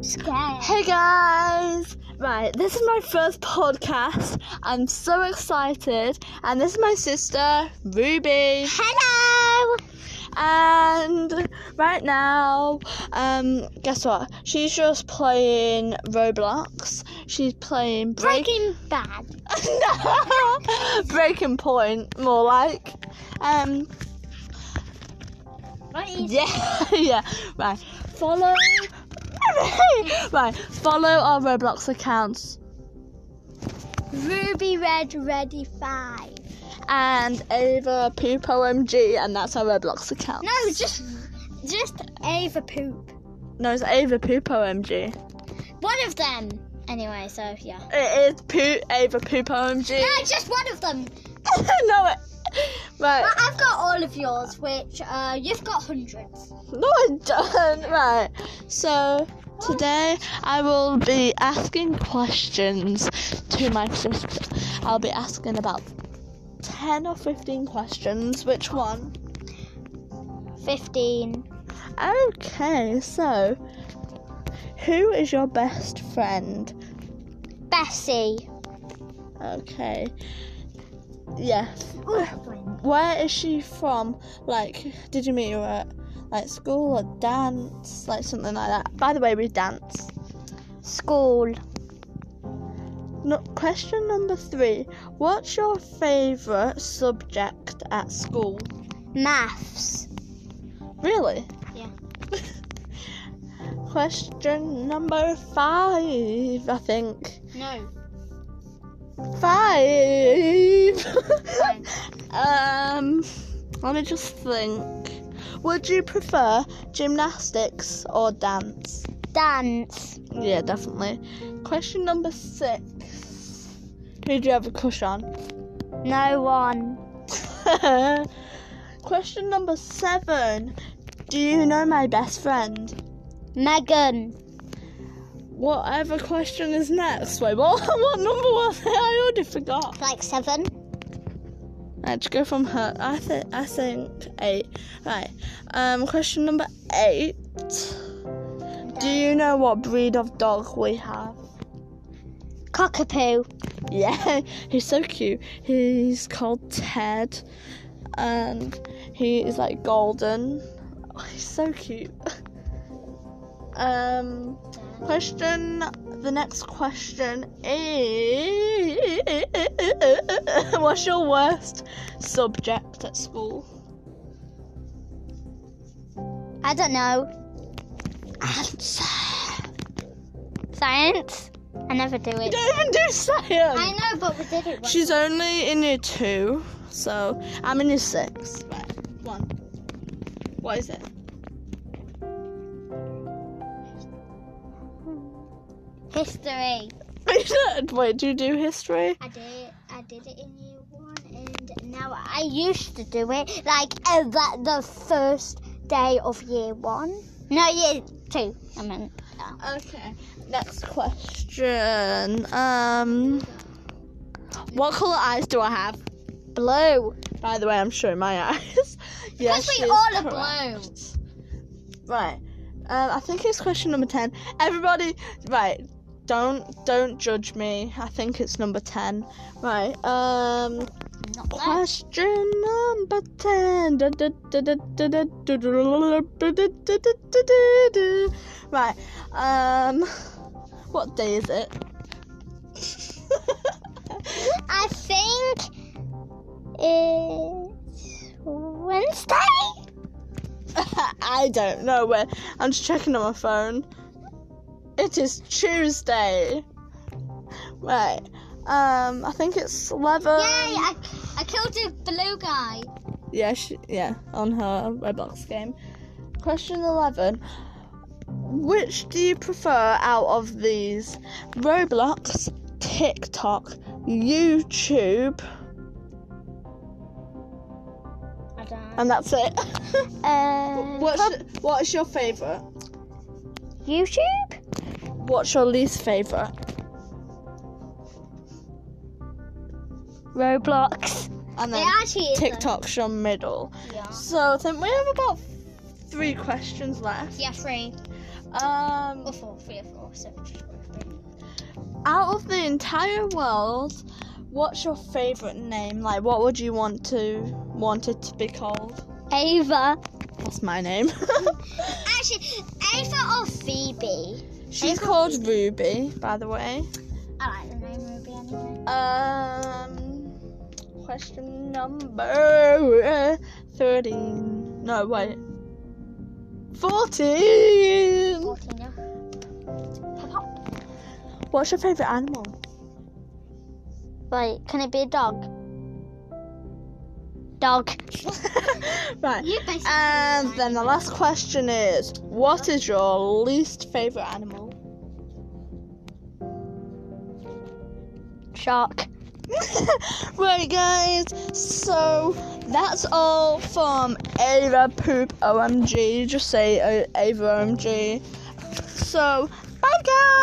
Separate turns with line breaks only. scared.
Hey guys! Right, this is my first podcast. I'm so excited, and this is my sister, Ruby.
Hello.
And right now, um, guess what? She's just playing Roblox. She's playing Break-
Breaking Bad.
No! Breaking Point, more like. Um,
What is
yeah, yeah. Right, follow. right, follow our Roblox accounts.
Ruby Red Ready Five?
and Ava Poop OMG, and that's our Roblox account.
No, just just Ava Poop.
No, it's Ava Poop OMG.
One of them. Anyway, so yeah.
It is Poop Ava Poop OMG.
No, just one of them.
no, it. Right.
Well, I've got all of yours, which uh, you've got hundreds.
No, I don't. Right. So today I will be asking questions to my sister. I'll be asking about ten or fifteen questions. Which one?
Fifteen.
Okay. So, who is your best friend?
Bessie.
Okay. Yeah. Where is she from? Like, did you meet her at like school or dance, like something like that? By the way, we dance.
School.
No, question number three. What's your favourite subject at school?
Maths.
Really?
Yeah.
question number five, I think.
No.
Five. Um, let me just think. Would you prefer gymnastics or dance?
Dance.
Yeah, definitely. Question number six. Who do you have a crush on?
No one.
Question number seven. Do you know my best friend?
Megan.
Whatever question is next. Wait, what, what number was it? I already forgot.
Like seven.
Let's go from her. I think I think eight. Right. Um, question number eight. Do you know what breed of dog we have?
Cockapoo.
Yeah, he's so cute. He's called Ted, and he is like golden. Oh, he's so cute. Um, question. The next question is: What's your worst subject at school?
I don't know.
Answer.
Science. I never do
You
it.
don't even do science.
I know, but we did it. once.
She's only in year two, so I'm in year six. Right, one. What is it?
History.
Wait, do you do history?
I did. I did it in year one, and now I used to do it like uh, the, the first day of year one. No, year two. I mean,
Okay. Next question. Um, what color eyes do I have?
blue.
By the way, I'm showing my eyes. yes,
Because we
she's
all are
correct.
blue.
Right. Um, I think it's question number ten. Everybody, right? Don't don't judge me. I think it's number ten. Right. Um,
Not blue.
Question number 10. Right, um, what day is it?
I think it's Wednesday.
I don't know where. I'm just checking on my phone. It is Tuesday. Right, um, I think it's 11.
Yay! I, I killed a blue guy.
Yeah, she, yeah, on her Roblox game. Question 11. Which do you prefer out of these? Roblox, TikTok, YouTube,
I don't.
and that's it.
Uh,
what's, what's your favourite?
YouTube?
What's your least favourite?
Roblox.
And
It
then
actually is. though.
TikTok's your middle.
Yeah.
So I think we have about three questions left.
Yeah, three.
Um,
Or four, three or four. So just three.
out of the entire world, what's your favorite name? Like, what would you want to want it to be called?
Ava.
That's my name.
Actually, Ava or Phoebe?
She's called Ruby, by the way.
I like the name Ruby anyway.
Um, question number thirteen. No, wait. Fourteen.
Martina.
What's your favorite animal?
Wait, can it be a dog? Dog. Uh,
right.
You basically.
And then the last question is, what is your least favorite animal?
Shark.
right, guys. So that's all from Ava Poop OMG. Just say uh, Ava OMG. So bye, guys.